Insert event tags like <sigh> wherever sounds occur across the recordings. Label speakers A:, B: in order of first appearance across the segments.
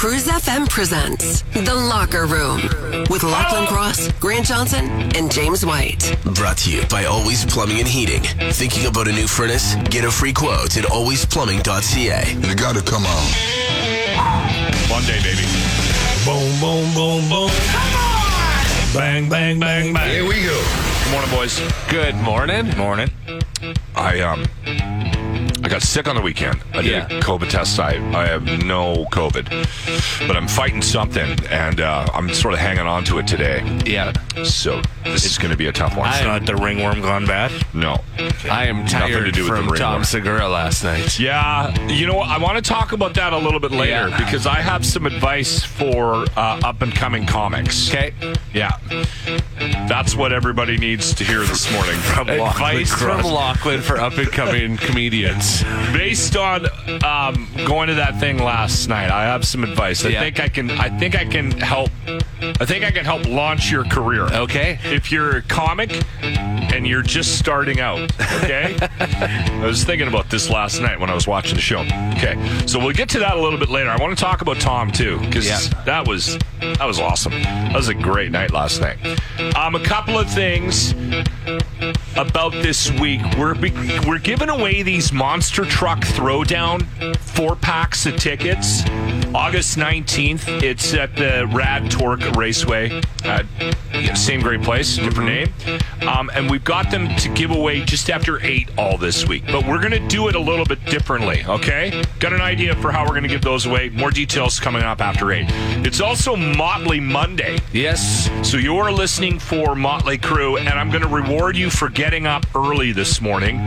A: Cruise FM presents The Locker Room with Lachlan Cross, Grant Johnson, and James White.
B: Brought to you by Always Plumbing and Heating. Thinking about a new furnace? Get a free quote at alwaysplumbing.ca.
C: You gotta come on.
D: Monday, baby.
E: Boom, boom, boom, boom. Bang, bang, bang, bang.
C: Here we go.
D: Good morning, boys.
F: Good morning.
G: Morning.
D: I um, I got sick on the weekend. I did a
G: Yeah.
D: COVID test. I I have no COVID, but I'm fighting something, and uh, I'm sort of hanging on to it today.
G: Yeah.
D: So this is going to be a tough one.
G: I-
D: Not-
E: Not the ringworm gone bad.
D: no.
G: I am
D: Nothing
G: tired
D: to do with
G: from
D: the ringworm.
G: Tom Segura last night.
D: Yeah, you know what? I want to talk about that a little bit later
G: Yeah.
D: because I have some advice for uh, up and coming comics.
G: Okay.
D: Yeah. That's what everybody needs to hear this morning. from
G: Advice from Lachlan <laughs> for up and coming comedians.
D: based on um, going to that thing last night, I have some advice. I
G: Yeah.
D: think I can. I think I can help. I think I can help launch your career.
G: Okay.
D: If you're a comic and you're just starting out,
G: <laughs>
D: okay. I was thinking about this last night when I was watching the show. Okay, so we'll get to that a little bit later. I want to talk about Tom too because
G: Yeah.
D: that was that was awesome. That was a great night last night. Um, a couple of things about this week. We're be- we're giving away these monster truck throwdown four packs of tickets. August 19th, it's at the Rad Torque Raceway. Uh, yeah, same great place, different name. Um, and we've got them to give away just after 8 all this week. But we're going to do it a little bit differently, okay? Got an idea for how we're going to give those away. More details coming up after 8. It's also Motley Monday.
G: Yes.
D: So you're listening for Motley Crue, and I'm going to reward you for getting up early this morning.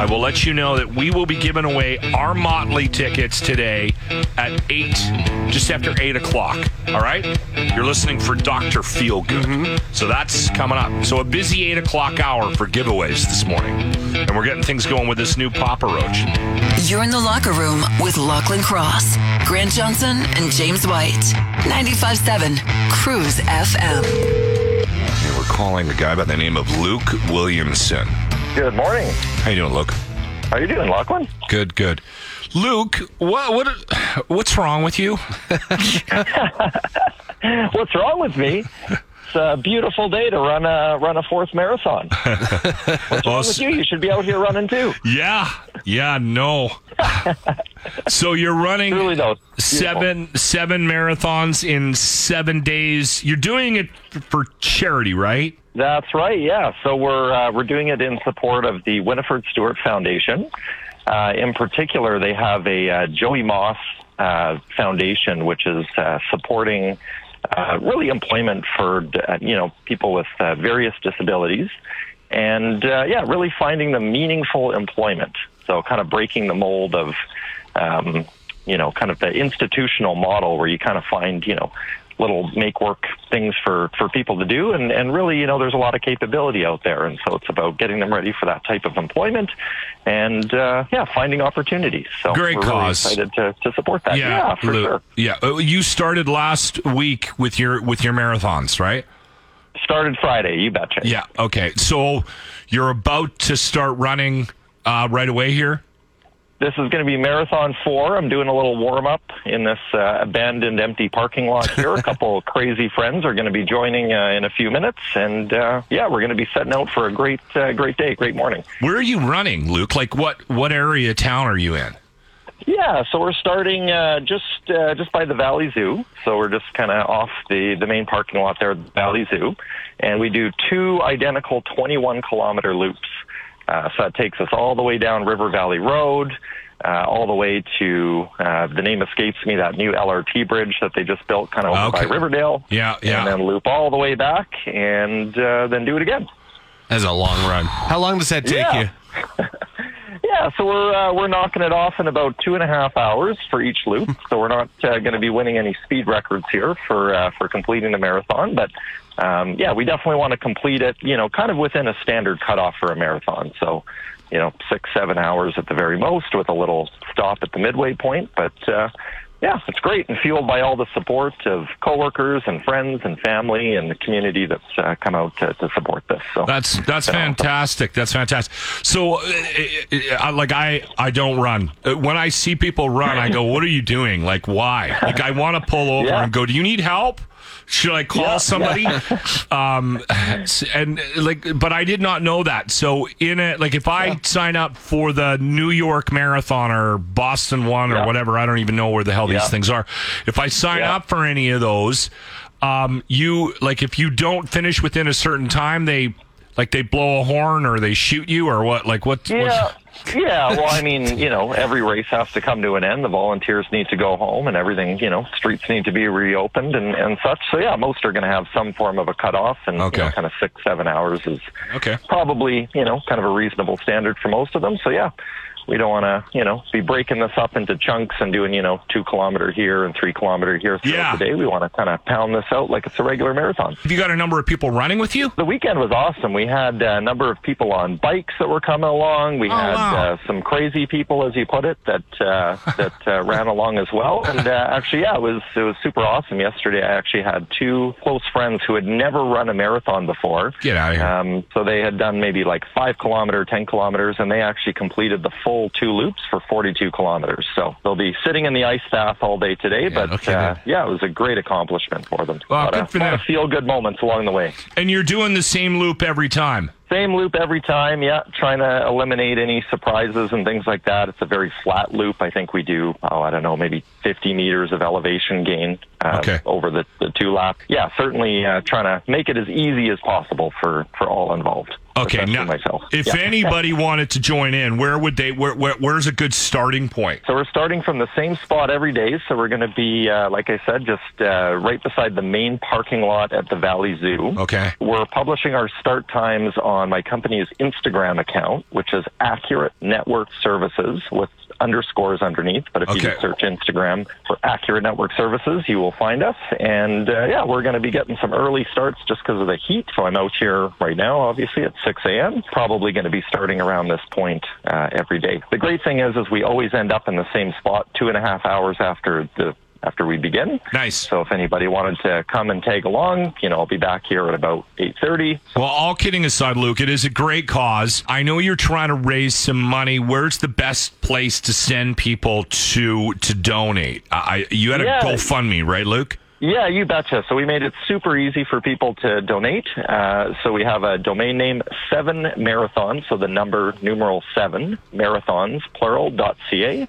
D: I will let you know that we will be giving away our Motley tickets today at eight, just after eight o'clock. All right, you're listening for Doctor Feelgood, so that's coming up. So a busy eight o'clock hour for giveaways this morning, and we're getting things going with this new Papa Roach.
A: You're in The Locker Room with Lachlan Cross, Grant Johnson, and James White. 95.7 Cruise FM.
D: Yeah, we're calling a guy by the name of Luke Williamson.
H: Good morning.
D: How you doing, Luke?
H: How you doing, Lachlan?
D: Good, good. Luke, what what what's wrong with you?
H: What's wrong with me? It's a beautiful day to run a run a fourth marathon. What's wrong with you? You should be out here running too.
D: Yeah, yeah, <laughs> no. so you're running
H: Truly though, it's beautiful.
D: seven seven marathons in seven days. You're doing it for charity, right?
H: That's right. Yeah. So we're uh, we're doing it in support of the Winifred Stewart Foundation. Uh, in particular, they have a uh, Joey Moss uh, Foundation, which is uh, supporting uh, really employment for uh, you know people with uh, various disabilities, and uh, yeah, really finding them meaningful employment. So kind of breaking the mold of um, you know kind of the institutional model where you kind of find you know little make work things for for people to do and and really you know there's a lot of capability out there and so it's about getting them ready for that type of employment and uh yeah finding opportunities so
D: Great
H: we're
D: cause.
H: really excited to, to support that Uh, yeah, for
D: Luke.
H: sure
D: Yeah, Uh, you started last week with your with your marathons, right?
H: started friday you betcha
D: Yeah. Okay. So you're about to start running uh, right away here.
H: this is going to be marathon four. I'm doing a little warm up in this uh, abandoned, empty parking lot here. a couple of crazy friends are going to be joining uh, in a few minutes, and uh, yeah, we're going to be setting out for a great, uh, great day, great morning.
D: Where are you running, Luke? Like what what area of town are you in?
H: Yeah, so we're starting uh, just uh, just by the Valley Zoo. So we're just kind of off the the main parking lot there, at the Valley Zoo, and we do two identical 21 kilometer loops. Uh, so that takes us all the way down River Valley Road, uh, all the way to uh, the name escapes me that new LRT bridge that they just built kind of over
D: Okay.
H: by Riverdale.
D: Yeah, yeah.
H: And then loop all the way back, and uh, then do it again.
G: That's a long run. How long does that take
H: Yeah.
G: you?
H: Yeah, <laughs> Yeah, so we're uh, we're knocking it off in about two and a half hours for each
G: <laughs>
H: loop. so we're not uh, going to be winning any speed records here for uh, for completing the marathon, but um, yeah, we definitely want to complete it. You know, kind of within a standard cutoff for a marathon. So, you know, six seven hours at the very most, with a little stop at the midway point. But uh, yeah, it's great and fueled by all the support of coworkers and friends and family and the community that's uh, come out to, to support this. So
D: That's that's fantastic. That's fantastic. So, uh, uh, uh, like I I don't run. Uh, When I see people run, I
H: <laughs>
D: go, "What are you doing? Like why? Like I want to pull over
H: Yeah.
D: and go. Do you need help? Should I call somebody? um, s- and uh, like, but I did not know that. So in it, like if I sign up for the New York Marathon or Boston one or
H: Yeah.
D: whatever, I don't even know where the hell
H: Yeah.
D: these things are. If I sign
H: Yeah.
D: up for any of those, um, you like if you don't finish within a certain time, they like they blow a horn or they shoot you or what? Like what?
H: Yeah.
D: what-
H: Yeah, well, I mean, you know, every race has to come to an end. The volunteers need to go home and everything, you know, streets need to be reopened and, and such. So, yeah, most are going to have some form of a cutoff and you know,
D: Okay.
H: kind of six, seven hours is
D: Okay.
H: probably, you know, kind of a reasonable standard for most of them. So, yeah, we don't want to, you know, be breaking this up into chunks and doing, you know, two kilometer here and three kilometer here throughout
D: Yeah.
H: the day. We want to kind of pound this out like it's a regular marathon
D: Have you got a number of people running with you?
H: the weekend was awesome. We had uh, a number of people on bikes that were coming along. We
D: Oh,
H: had
D: wow.
H: uh, some crazy people, as you put it, that uh, that uh, ran along as well. And uh, actually, yeah, it was it was super awesome. Yesterday, I actually had two close friends who had never run a marathon before.
D: Get outta here.
H: Um, so they had done maybe like five kilometer, ten kilometers, and they actually completed the full two loops for forty-two kilometers. So they'll be sitting in the ice bath all day today. but
D: okay,
H: uh,
D: good.
H: yeah, it was a great accomplishment for them.
D: Well,
H: Lot
D: good
H: of-
D: for
H: lot
D: them.
H: of feel-good moments along the way.
D: And you're doing the same loop every time.
H: Same loop every time, yeah. Trying to eliminate any surprises and things like that. It's a very flat loop. I think we do, oh, I don't know, maybe 50 meters of elevation gain uh,
D: Okay.
H: over the, the two lap. Yeah, certainly uh, trying to make it as easy as possible for, for all involved.
D: Okay,
H: especially
D: now
H: myself.
D: if
H: Yeah. <laughs>
D: anybody wanted to join in, where would they? Where, where where's a good starting point?
H: So we're starting from the same spot every day. So we're going to be, uh, like I said, just uh, right beside the main parking lot at the Valley Zoo.
D: Okay.
H: We're publishing our start times on my company's Instagram account, which is Accurate Network Services with underscores underneath. But if you
D: Okay.
H: just search Instagram for Accurate Network Services, you will find us. And uh, yeah, we're going to be getting some early starts just because of the heat. So I'm out here right now, obviously at 6 a.m. Probably going to be starting around this point uh, every day. The great thing is, is we always end up in the same spot two and a half hours after the after we begin.
D: Nice.
H: So if anybody wanted to come and tag along, you know, I'll be back here at about 8:30.
D: Well, all kidding aside, Luke, it is a great cause. I know you're trying to raise some money. Where's the best place to send people to to donate? I I- you had a
H: Yeah.
D: GoFundMe, right, Luke?
H: Yeah, you betcha. So we made it super easy for people to donate. Uh, so we have a domain name, 7 Marathon, so the number numeral 7, marathons, plural, dot ca.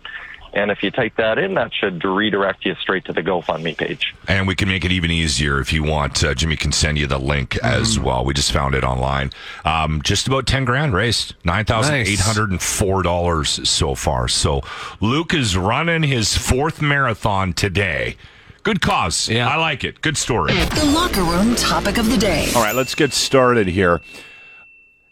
H: And if you type that in, that should redirect you straight to the GoFundMe page.
D: And we can make it even easier if you want. Uh, Jimmy can send you the link as well. We just found it online. Um, just about 10 grand raised, $9,804 so far. So Luke is running his fourth marathon today. Good cause.
G: Yeah.
D: I like it. Good story.
A: The locker room topic of the day.
C: All right, let's get started here.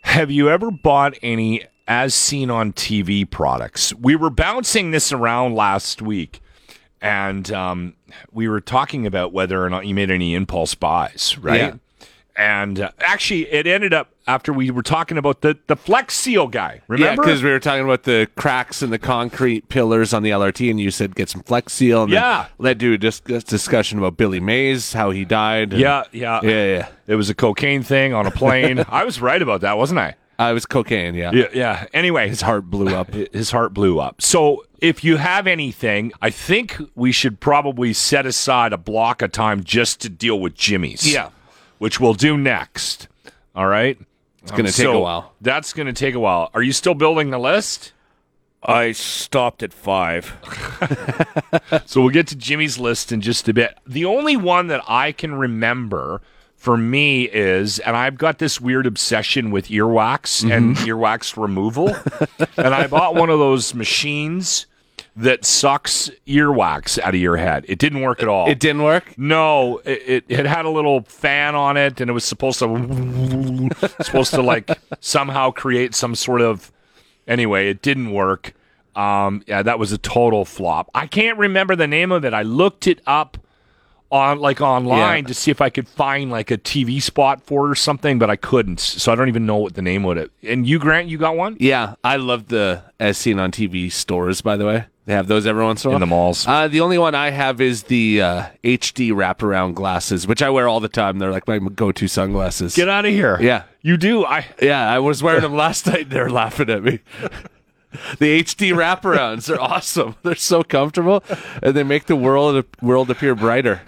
C: Have you ever bought any as seen on TV products? We were bouncing this around last week, and um, we were talking about whether or not you made any impulse buys, right? And uh, actually, it ended up after we were talking about the, the Flex Seal guy.
G: Yeah,
C: Remember?
G: because we were talking about the cracks in the concrete pillars on the LRT, and you said get some Flex Seal. And then
C: Yeah.
G: led to a dis- discussion about Billy Mays, how he died. and-
C: yeah, yeah,
G: yeah, yeah.
C: It was a cocaine thing on a plane.
G: <laughs>
C: I was right about that, wasn't I?
G: Uh, it was cocaine. Yeah.
C: Yeah, yeah. Anyway,
G: His heart blew
C: <laughs>
G: up.
C: his heart blew up. So if you have anything, I think we should probably set aside a block of time just to deal with Jimmy's.
G: Yeah.
C: Which we'll do next. All right. It's
G: gonna take a while.
C: That's going to take a while. Are you still building the list?
E: I stopped at five.
C: <laughs> So we'll get to Jimmy's list in just a bit. The only one that I can remember for me is, and I've got this weird obsession with earwax
G: Mm-hmm.
C: and earwax
G: <laughs>
C: removal. and I bought one of those machines that sucks earwax out of your head. It didn't work at all.
G: It didn't work.
C: No, it, it it had a little fan on it,
D: <laughs>
C: and it was supposed to supposed to like somehow create some sort of
D: Anyway, it didn't work. Um, yeah, that was a total flop. I can't remember the name of it. I looked it up on like online
E: Yeah.
D: to see if I could find like a TV spot for it or something, but I couldn't. So I don't even know what the name of it. And you, Grant, you got one?
E: Yeah, I love the as seen on TV stores. By the way, they have those every once in a while
D: In the malls.
E: Uh, the only one I have is the uh, HD wraparound glasses, which I wear all the time. They're like my go-to sunglasses.
D: Get out of here.
E: Yeah.
D: You do. I
E: Yeah, I was wearing them last <laughs> night. They're laughing at me. <laughs> The HD wraparounds are awesome. <laughs> They're so comfortable, and they make the world world appear brighter.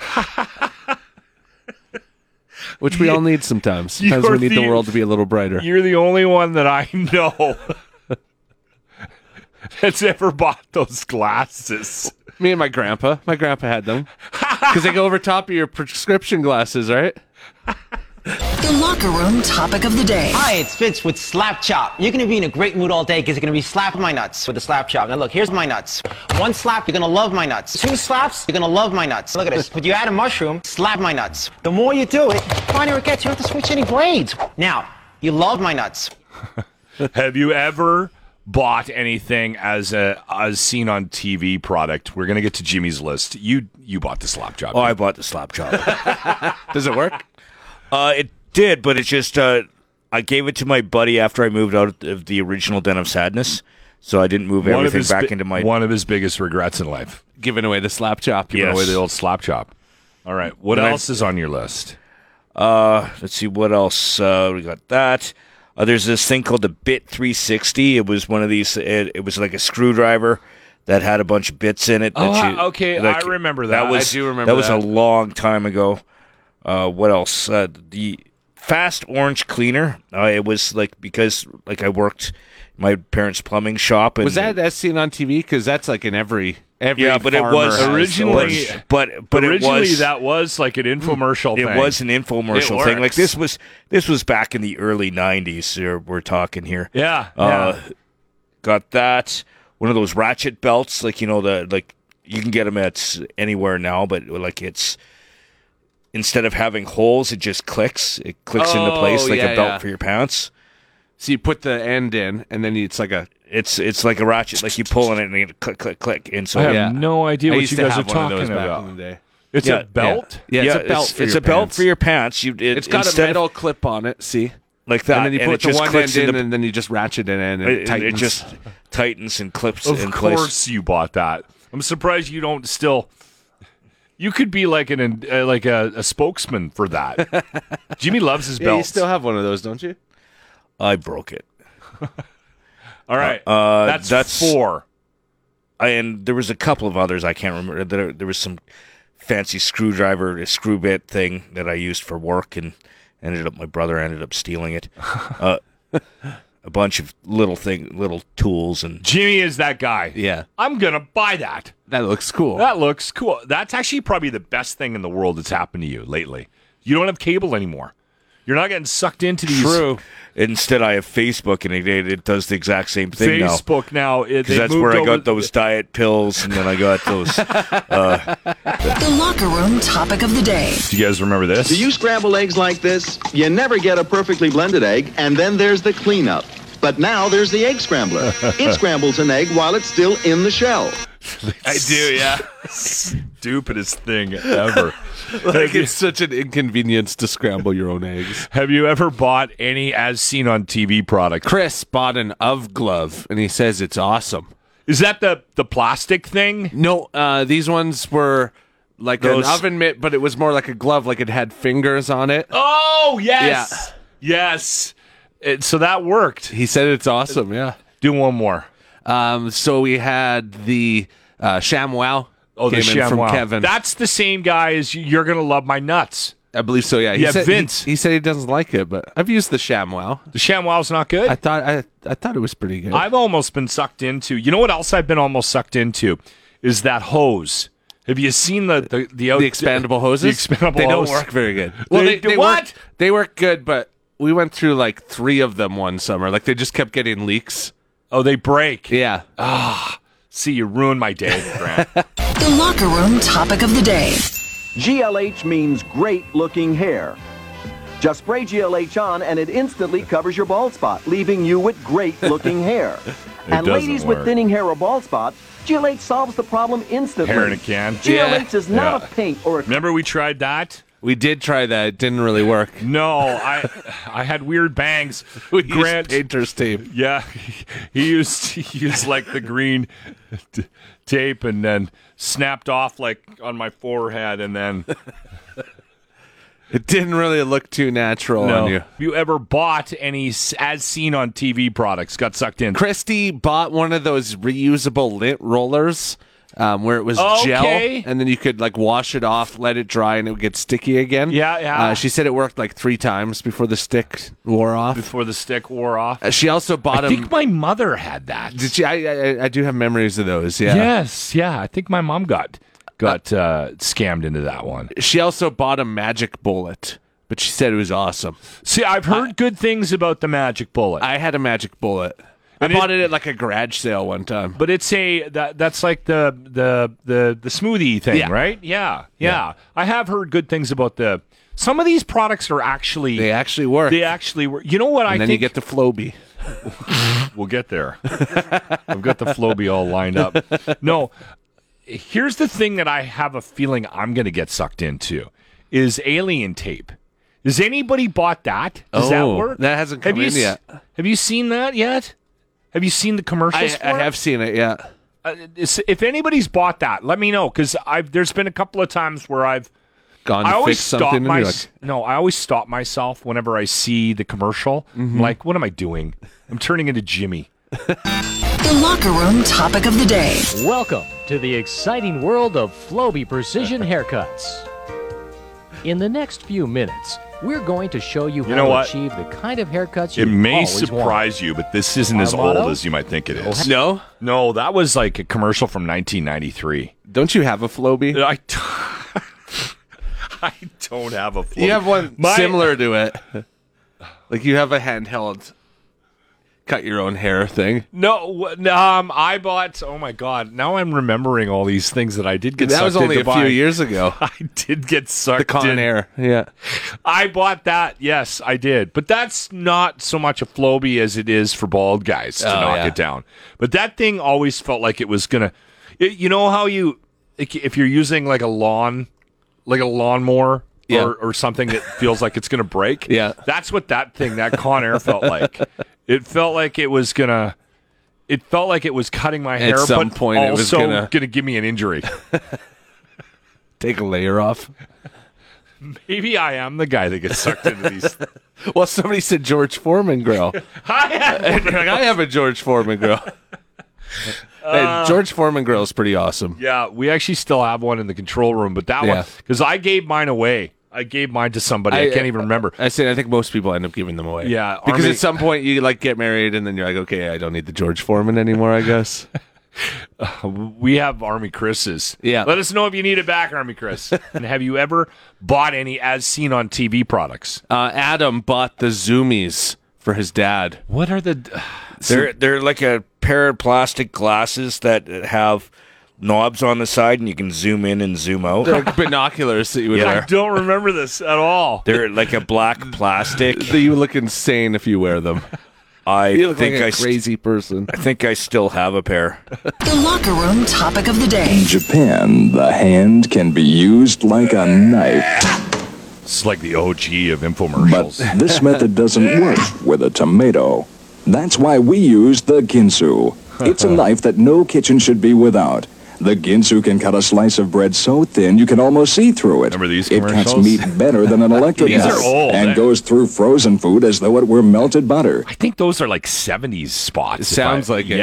E: Which we all need sometimes. Sometimes
D: You're
E: we need the
D: the-
E: world to be a little brighter.
D: <laughs> You're the only one that I know <laughs> that's ever bought those glasses.
E: Me and my grandpa. My grandpa had them because they go over top of your prescription glasses, right?
A: The locker room topic of the day.
I: Hi, it's Fitz with Slap Chop. You're gonna be in a great mood all day because you're gonna be slapping my nuts with a slap chop. Now look, here's my nuts. One slap, you're gonna love my nuts. Two slaps, you're gonna love my nuts. Look at this. But you add a mushroom, slap my nuts. The more you do it, the finer it gets. You don't have to switch any blades. Now, you love my nuts.
D: Have you ever bought anything as a as seen on TV product? We're gonna get to Jimmy's list. You you bought the slap job.
J: Oh, I bought the
D: <laughs>
J: slap chop.
E: Does it work?
J: Uh, it did, but it's just uh, I gave it to my buddy after I moved out of the original Den of Sadness, so I didn't move everything back
D: bi-
J: into my.
D: one of his biggest regrets in life.
E: Giving away the slap chop.
D: Giving
J: Yes.
D: away the old slap chop. All right. What
J: Then I-
D: else is on your list?
J: Uh, let's see what else. Uh, we got that. Uh, there's this thing called the Bit 360. It was one of these. It, it was like a screwdriver that had a bunch of bits in it. that
D: Oh,
J: you-
D: okay,
J: like-
D: I remember that.
J: That was
E: I do remember
J: that was
E: that.
J: a long time ago. Uh, what else? Uh, the fast orange cleaner. Uh, it was like because like I worked my parents' plumbing shop and
E: Was that as seen on TV? Because that's like in every every.
J: yeah, but it
E: farmer
J: was
E: has
D: Originally-
E: those.
J: but but
D: Originally,
J: it was
D: that was like an infomercial.
J: it
D: thing.
J: was an infomercial
D: It
J: thing. Like
D: works.
J: this was this was back in the early '90s. Here we're talking here.
D: Yeah.
J: Uh,
D: yeah.
J: got that. One of those ratchet belts, like you know the like you can get them at s- anywhere now, but like it's instead of having holes, it just clicks. It clicks into
E: Oh,
J: place like
E: yeah,
J: a belt
E: yeah.
J: for your pants.
E: So you put the end in, and then it's like a.
J: It's it's like a ratchet, like you pull on it and you click click click. And so
D: I have
E: yeah.
D: no idea
E: I
D: what
E: used
D: you
E: to
D: guys are
E: have one of
D: talking
E: those back
D: about.
E: in the day.
D: It's
J: Yeah,
D: a belt.
E: Yeah, it's a belt.
J: It's,
E: for
J: it's
E: your
J: a belt
E: pants.
J: for your pants. You it,
E: It's got a
J: instead of-
E: metal clip on it. See,
J: like that,
E: and then you put
J: it
E: the
J: just
E: one
J: clicks
E: end in,
J: into
E: and then you just ratchet it in, and
J: it,
E: it,
J: it
E: tightens.
J: just tightens and clips
D: Of
J: in
D: course
J: place.
D: you bought that. I'm surprised you don't still. You could be like an uh, like a, a spokesman for
J: <laughs>
D: that. Jimmy loves his
E: yeah, you
D: belts.
E: still have one of those, don't you?
J: I broke it.
D: All right,
J: Uh,
D: that's,
J: that's-
D: four.
J: and there was a couple of others I can't remember. There, there was some fancy screwdriver, a screw bit thing that I used for work, and ended up my brother ended up
D: <laughs>
J: stealing it. uh, a bunch of little thing, little tools, and
D: Jimmy is that guy.
E: Yeah.
D: I'm gonna buy that.
E: That looks cool.
D: That looks cool. That's actually probably the best thing in the world that's happened to you lately. You don't have cable anymore. You're not getting sucked into these.
E: True.
J: instead I have Facebook, and it, it, it does the exact same thing now.
D: Facebook now. it- they
J: Because that's
D: moved
J: where I
D: over-
J: got those diet pills, and then I
D: <laughs>
J: got those.
A: The locker room topic of the day.
D: Do you guys remember this?
K: Do you scramble eggs like this? You never get a perfectly blended egg, and then there's the cleanup. But now there's the egg scrambler.
J: <laughs>
K: It scrambles an egg while it's still in the shell.
D: I do. Yeah. Stupidest thing ever.
E: <laughs> like it's such an inconvenience to scramble your own eggs.
D: Have you ever bought any as seen on TV product?
E: Chris bought an of glove, and he says it's awesome.
D: Is that the the plastic thing?
E: No, uh, these ones were like
D: Those-
E: an oven mitt, but it was more like a glove, like it had fingers on it.
D: Oh yes, yes. It, so that worked.
E: He said it's awesome. Yeah.
D: Do one more.
E: Um. So we had the uh, ShamWow. came in
D: ShamWow.
E: from Kevin.
D: That's the same guy as you- you're gonna love my nuts.
E: I believe so. Yeah. He
D: Yeah,
E: said,
D: Vince.
E: He, he said he doesn't like it, but I've used the ShamWow.
D: The ShamWow's not good.
E: I thought I I thought it was pretty good.
D: I've almost been sucked into. You know what else I've been almost sucked into is that hose. Have you seen the the the, out-
E: the expandable
D: The
E: hoses.
D: expandable
E: They
D: hose.
E: don't work very good.
D: Well, they- what?
E: Work, they work good, but we went through like three of them one summer. Like they just kept getting leaks.
D: Oh, they break.
E: Yeah.
D: See, you ruined my day,
E: <laughs>
D: Grant.
A: The locker room topic of the day.
K: GLH means great looking hair.
L: Just spray GLH on and it instantly covers your bald spot, leaving you with
D: <laughs>
L: great looking hair.
D: It
L: and
D: doesn't
L: ladies
D: work.
L: with thinning hair or bald spot, GLH solves the problem instantly.
D: Hair in a can.
L: GLH is not a paint or a
D: Remember we tried that?
E: We did try that. It didn't really work.
D: No, I I had weird
E: <laughs>
D: bangs. We Grant,
E: painter's tape.
D: Yeah, he- he used he used like the green t- tape and then snapped off like on my forehead and then
E: It didn't really look too natural
D: no.
E: on you.
D: Have you ever bought any s- as seen on TV products got sucked in?
E: Christy bought one of those reusable lint rollers um, where it was gel,
D: Okay.
E: and then you could like wash it off, let it dry, and it would get sticky again. Yeah,
D: yeah.
E: Uh, she said it worked like three times before the stick wore off.
D: Before the stick wore off.
E: Uh, she also bought
D: I
E: him.
D: think my mother had that.
E: did she? I, I I do have memories of those. Yeah.
D: Yes, yeah. I think my mom got got uh, scammed into that one.
E: She also bought a magic bullet, but she said it was awesome.
D: See, I've heard good things about the magic bullet.
E: I had a magic bullet. I bought it at like a garage sale one time.
D: But it's a that that's like the the the the smoothie thing,
E: Yeah.
D: right? Yeah, yeah, I have heard good things about the. Some of these products are actually
E: They actually work.
D: they actually were. You know what I
E: and then
D: think?
E: you get the Floby.
D: we'll get there. <laughs> I've got the Floby all lined up. No, here's the thing that I have a feeling I'm going to get sucked into is alien tape. Has anybody bought that? Does
E: Oh,
D: that work?
E: that hasn't
D: Have
E: come
D: you
E: in
D: s-
E: yet.
D: Have you seen that yet? Have you seen the commercials?
E: I, I
D: for it?
E: have seen it. Yeah.
D: Uh, it's- if anybody's bought that, let me know because I've there's been a couple of times where I've
E: Gone to
D: I always
E: fix
D: stop
E: something. and you're
D: my
E: like,
D: no, I always stop myself whenever I see the commercial.
E: Mm-hmm.
D: I'm like, what am I doing? I'm turning into Jimmy.
A: The locker room topic of the day.
M: Welcome to the exciting world of Floby
D: <laughs>
M: Precision Haircuts. In the next few minutes, we're going to show you, how
N: know
M: to
N: what?
M: achieve the kind of haircuts you
N: It may
M: always want.
N: surprise you, but this isn't
M: Our
N: as
M: motto?
N: old as you might think it is.
E: no,
D: No, that was like a commercial from 1993.
E: don't you have a
N: <laughs>
E: Floby?
D: I t- I don't have a. Flow.
E: You have one
D: <laughs> My-
E: similar to it. Like you have a handheld cut your own hair thing.
D: No, wh- um, I bought. Oh my god! Now I'm remembering all these things that I did get.
E: that was
D: sucked
E: only
D: into
E: a few
D: buying.
E: years ago.
D: <laughs> I did get sucked
E: The Con
D: in.
E: Air. Yeah.
D: I bought that. Yes, I did. But that's not so much a floby as it is for bald guys to
E: Oh,
D: knock
E: yeah.
D: it down. But that thing always felt like it was gonna. It, you know how you like, if you're using like a lawn, like a lawnmower.
E: Yeah.
D: Or, or something that feels like it's gonna break.
E: <laughs> Yeah.
D: that's what that thing, that Con Air, felt like. It felt like it was gonna. It felt like it was cutting my hair,
E: some
D: but
E: point
D: also
E: it was gonna-
D: gonna give me an injury.
E: Take a layer off.
D: Maybe I am the guy that gets sucked into
E: <laughs>
D: these.
E: Well, somebody said George Foreman
D: <laughs>
E: grill.
D: Hi,
E: like I have a George
D: <laughs>
E: Foreman grill. hey, George Foreman grill is pretty awesome.
D: Uh, Yeah, we actually still have one in the control room, but that
E: Yeah.
D: one because I gave mine away. I gave mine to somebody. I,
E: I- uh,
D: can't even remember.
E: I said I think most people end up giving them away.
D: Yeah,
E: because
D: Army-
E: at some point you like get married and then you're like, okay, I don't need the George Foreman anymore. I guess.
D: we have Army Chris's.
E: Yeah.
D: Let us know if you need it back, Army Chris. and have you ever bought any as seen on TV products?
E: Uh, Adam bought the Zoomies for his dad.
D: What are the?
J: They're they're like a pair of plastic glasses that have knobs on the side, and you can zoom in and zoom out.
E: They're like <laughs> binoculars that you would
D: I
E: wear.
D: don't remember this at all.
J: They're like a black plastic.
E: That you look insane if you wear them.
J: I
E: You look
J: think
E: like a
J: I st-
E: crazy
G: <laughs>
E: person.
J: I think I still have a pair.
A: The locker room topic of the day.
I: Japan, the hand can be used like a knife,
D: It's like the OG of
I: but
D: infomercials.
I: this method doesn't work with a tomato. That's why we use the ginsu.
D: <laughs>
I: It's a knife that no kitchen should be without. The ginsu can cut a slice of bread so thin you can almost see through it.
D: Remember these
I: it cuts
D: commercials?
I: meat better
D: <laughs>
I: than an electric
D: These are
I: knife
D: old,
I: and
D: eh?
I: goes through frozen food as though it were melted butter.
D: I think those are like 70s spots. if
E: sounds
D: I-
E: like it,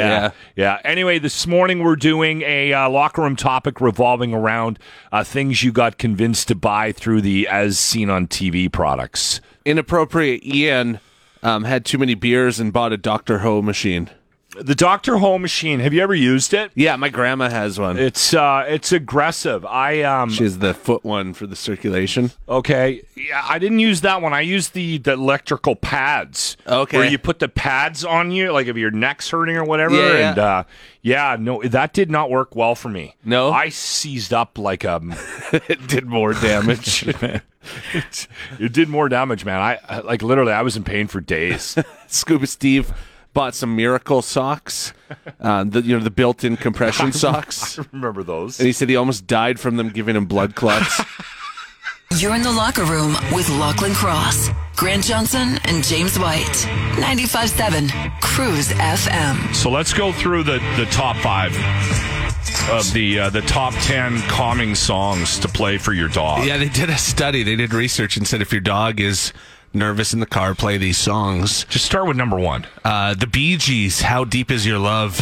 D: yeah. Anyway, this morning we're doing a uh, locker room topic revolving around uh, things you got convinced to buy through the as seen on TV products.
E: Inappropriate Ian um, had too many beers and bought a Doctor Ho machine.
C: The Doctor Hole machine. Have you ever used it?
G: Yeah, my grandma has one.
C: It's uh, it's aggressive. I um,
G: she has the foot one for the circulation.
C: Okay, yeah, I didn't use that one. I used the, the electrical pads.
G: Okay.
C: where you put the pads on you, like if your neck's hurting or whatever.
G: Yeah, yeah.
C: And uh, yeah, no, that did not work well for me.
G: No?
C: I seized up like um, it did more damage. <laughs> it, did more damage, man. I- I like literally, I was in pain for days. <laughs>
G: Scuba Steve bought some miracle socks, uh, the, you know, the built-in
E: <laughs>
G: compression socks,
C: I remember those.
G: and he said he almost died from them giving him blood clots.
A: You're in the locker room with Lachlan Cross, Grant Johnson, and James White. 95.7 Cruise FM.
D: So let's go through the, the top five of the uh, the top ten calming songs to play for your dog.
E: Yeah, they did a study. They did research and said if your dog is nervous in the car, play these songs.
D: Just start with number one.
E: Uh, the Bee Gees, How Deep Is Your Love,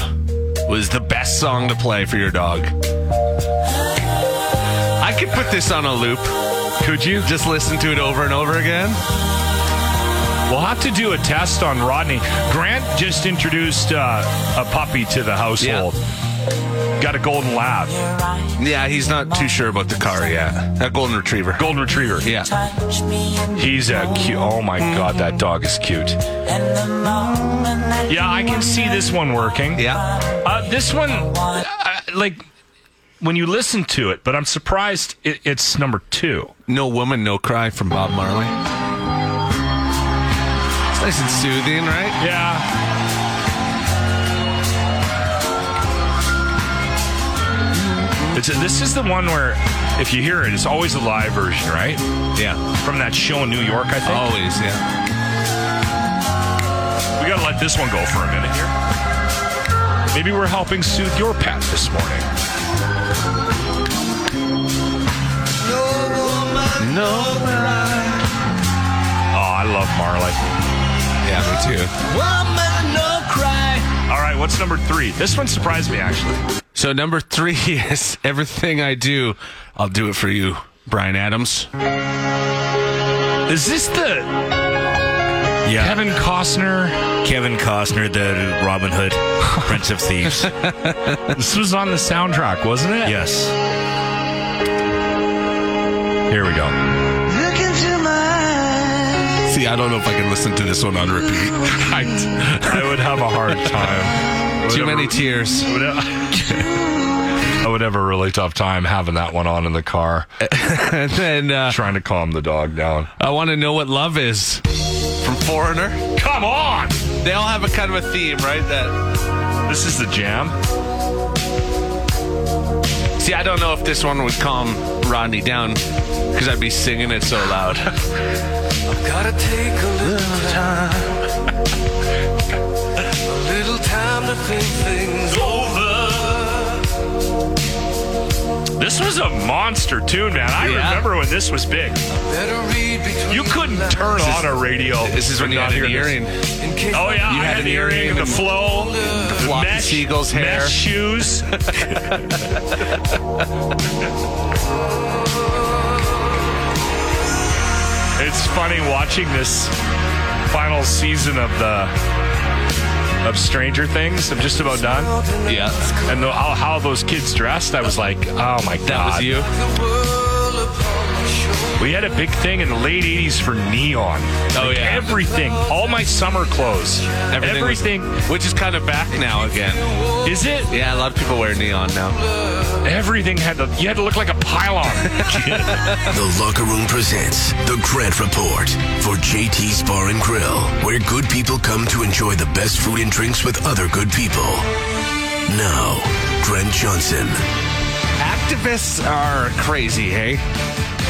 E: was the best song to play for your dog. I could put this on a loop.
D: Could you?
E: Just listen to it over and over again.
D: We'll have to do a test on Rodney. Grant just introduced uh, a puppy to the household. Got a golden lab.
E: Yeah, he's not too sure about the car yet. A golden retriever.
D: Golden retriever.
E: Yeah.
D: He's a cute. Oh my god, that dog is cute. Yeah, I can see this one working.
E: Yeah.
D: Uh, this one, uh, like, when you listen to it, but I'm surprised it, it's number two.
E: No Woman, No Cry from Bob Marley. It's nice and soothing, right?
D: Yeah. It's this is the one where, if you hear it, it's always the live version, right?
E: Yeah.
D: From that show in New York, I think.
E: Always, yeah.
D: We gotta let this one go for a minute here. Maybe we're helping soothe your pet this morning.
E: No.
D: Oh, I love Marley.
E: Yeah, me too.
D: All right, what's number three? This one surprised me actually.
E: So number three <laughs> is everything I do, I'll do it for you, Brian Adams.
D: Is this the
J: Yeah.
D: Kevin Costner?
J: Kevin Costner, the Robin
D: <laughs>
J: Hood, Prince of Thieves.
D: This was on the soundtrack, wasn't it?
J: Yes.
D: Here we go.
E: See, I don't know if I can listen to this one on repeat. I-
D: <laughs> I would have a hard time.
E: too
D: Would
E: many
D: ever-
E: tears. <laughs>
D: would ever- I would have a really tough time having that one on in the car,
E: And then uh,
D: trying to calm the dog down.
E: I want to know what love is from Foreigner.
D: Come on!
E: They all have a kind of a theme, right? That
D: This is the jam.
E: see, I don't know if this one would calm Rodney down because I'd be singing it so <laughs> loud.
O: Gotta take a little time. a little time to think things over.
D: This was a monster tune, man. I
E: Yeah.
D: remember when this was big.
O: Better read between
D: You couldn't
O: the
D: turn
O: lines
D: on a radio.
E: This is when
D: and
E: you
D: not
E: had an
D: hear this.
E: earring.
O: In case
D: Oh yeah,
E: You
D: I
E: had
D: had
E: an
D: the earring,
E: earring
D: the
E: and
D: flow, the
E: floppy
D: mesh,
E: seagull's hair.
D: mesh
E: <laughs>
D: shoes. it's funny watching this final season of the of Stranger Things. I'm just about done,
E: Yeah,
D: and the, how, how those kids dressed, I was like, oh my god,
E: that was you.
O: the world upon my shoulders.
D: we had a big thing in the late 80s for neon.
E: Oh, yeah.
D: Everything. All my summer clothes.
E: Everything was-
D: Everything.
E: Which is kind of back now again.
D: is it?
E: Yeah, a lot of people wear neon now.
D: Everything had the. You had to look like a pylon.
B: The Locker Room presents The Grant Report for JT's Bar and Grill, where good people come to enjoy the best food and drinks with other good people. Now, Grant Johnson.
E: Activists are crazy, hey?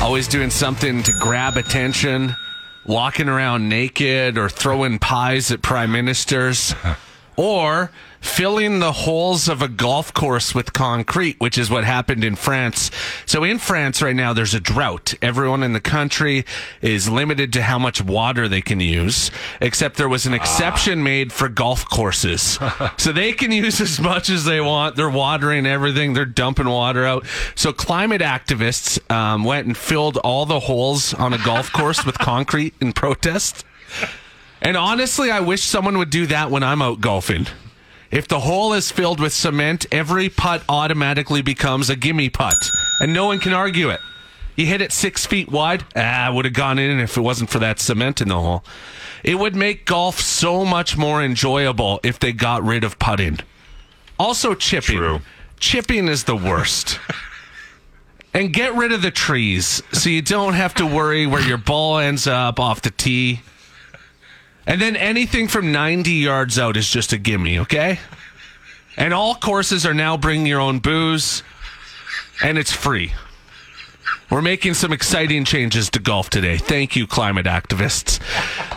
E: Always doing something to grab attention, walking around naked or throwing pies at prime ministers, or filling the holes of a golf course with concrete, which is what happened in France. So in France right now, there's a drought. Everyone in the country is limited to how much water they can use, except there was an exception made for golf courses. so they can use as much as they want. They're watering everything. They're dumping water out. So climate activists um, went and filled all the holes on a golf course with concrete in protest. And honestly, I wish someone would do that when I'm out golfing. If the hole is filled with cement, every putt automatically becomes a gimme putt, and no one can argue it. You hit it six feet wide. Ah, would have gone in if it wasn't for that cement in the hole. It would make golf so much more enjoyable if they got rid of putting. Also, chipping. Chipping is the worst. and get rid of the trees so you don't have to worry where your ball ends up off the tee. And then anything from 90 yards out is just a gimme, okay? And all courses are now bring your own booze, and it's free. We're making some exciting changes to golf today. Thank you, climate activists.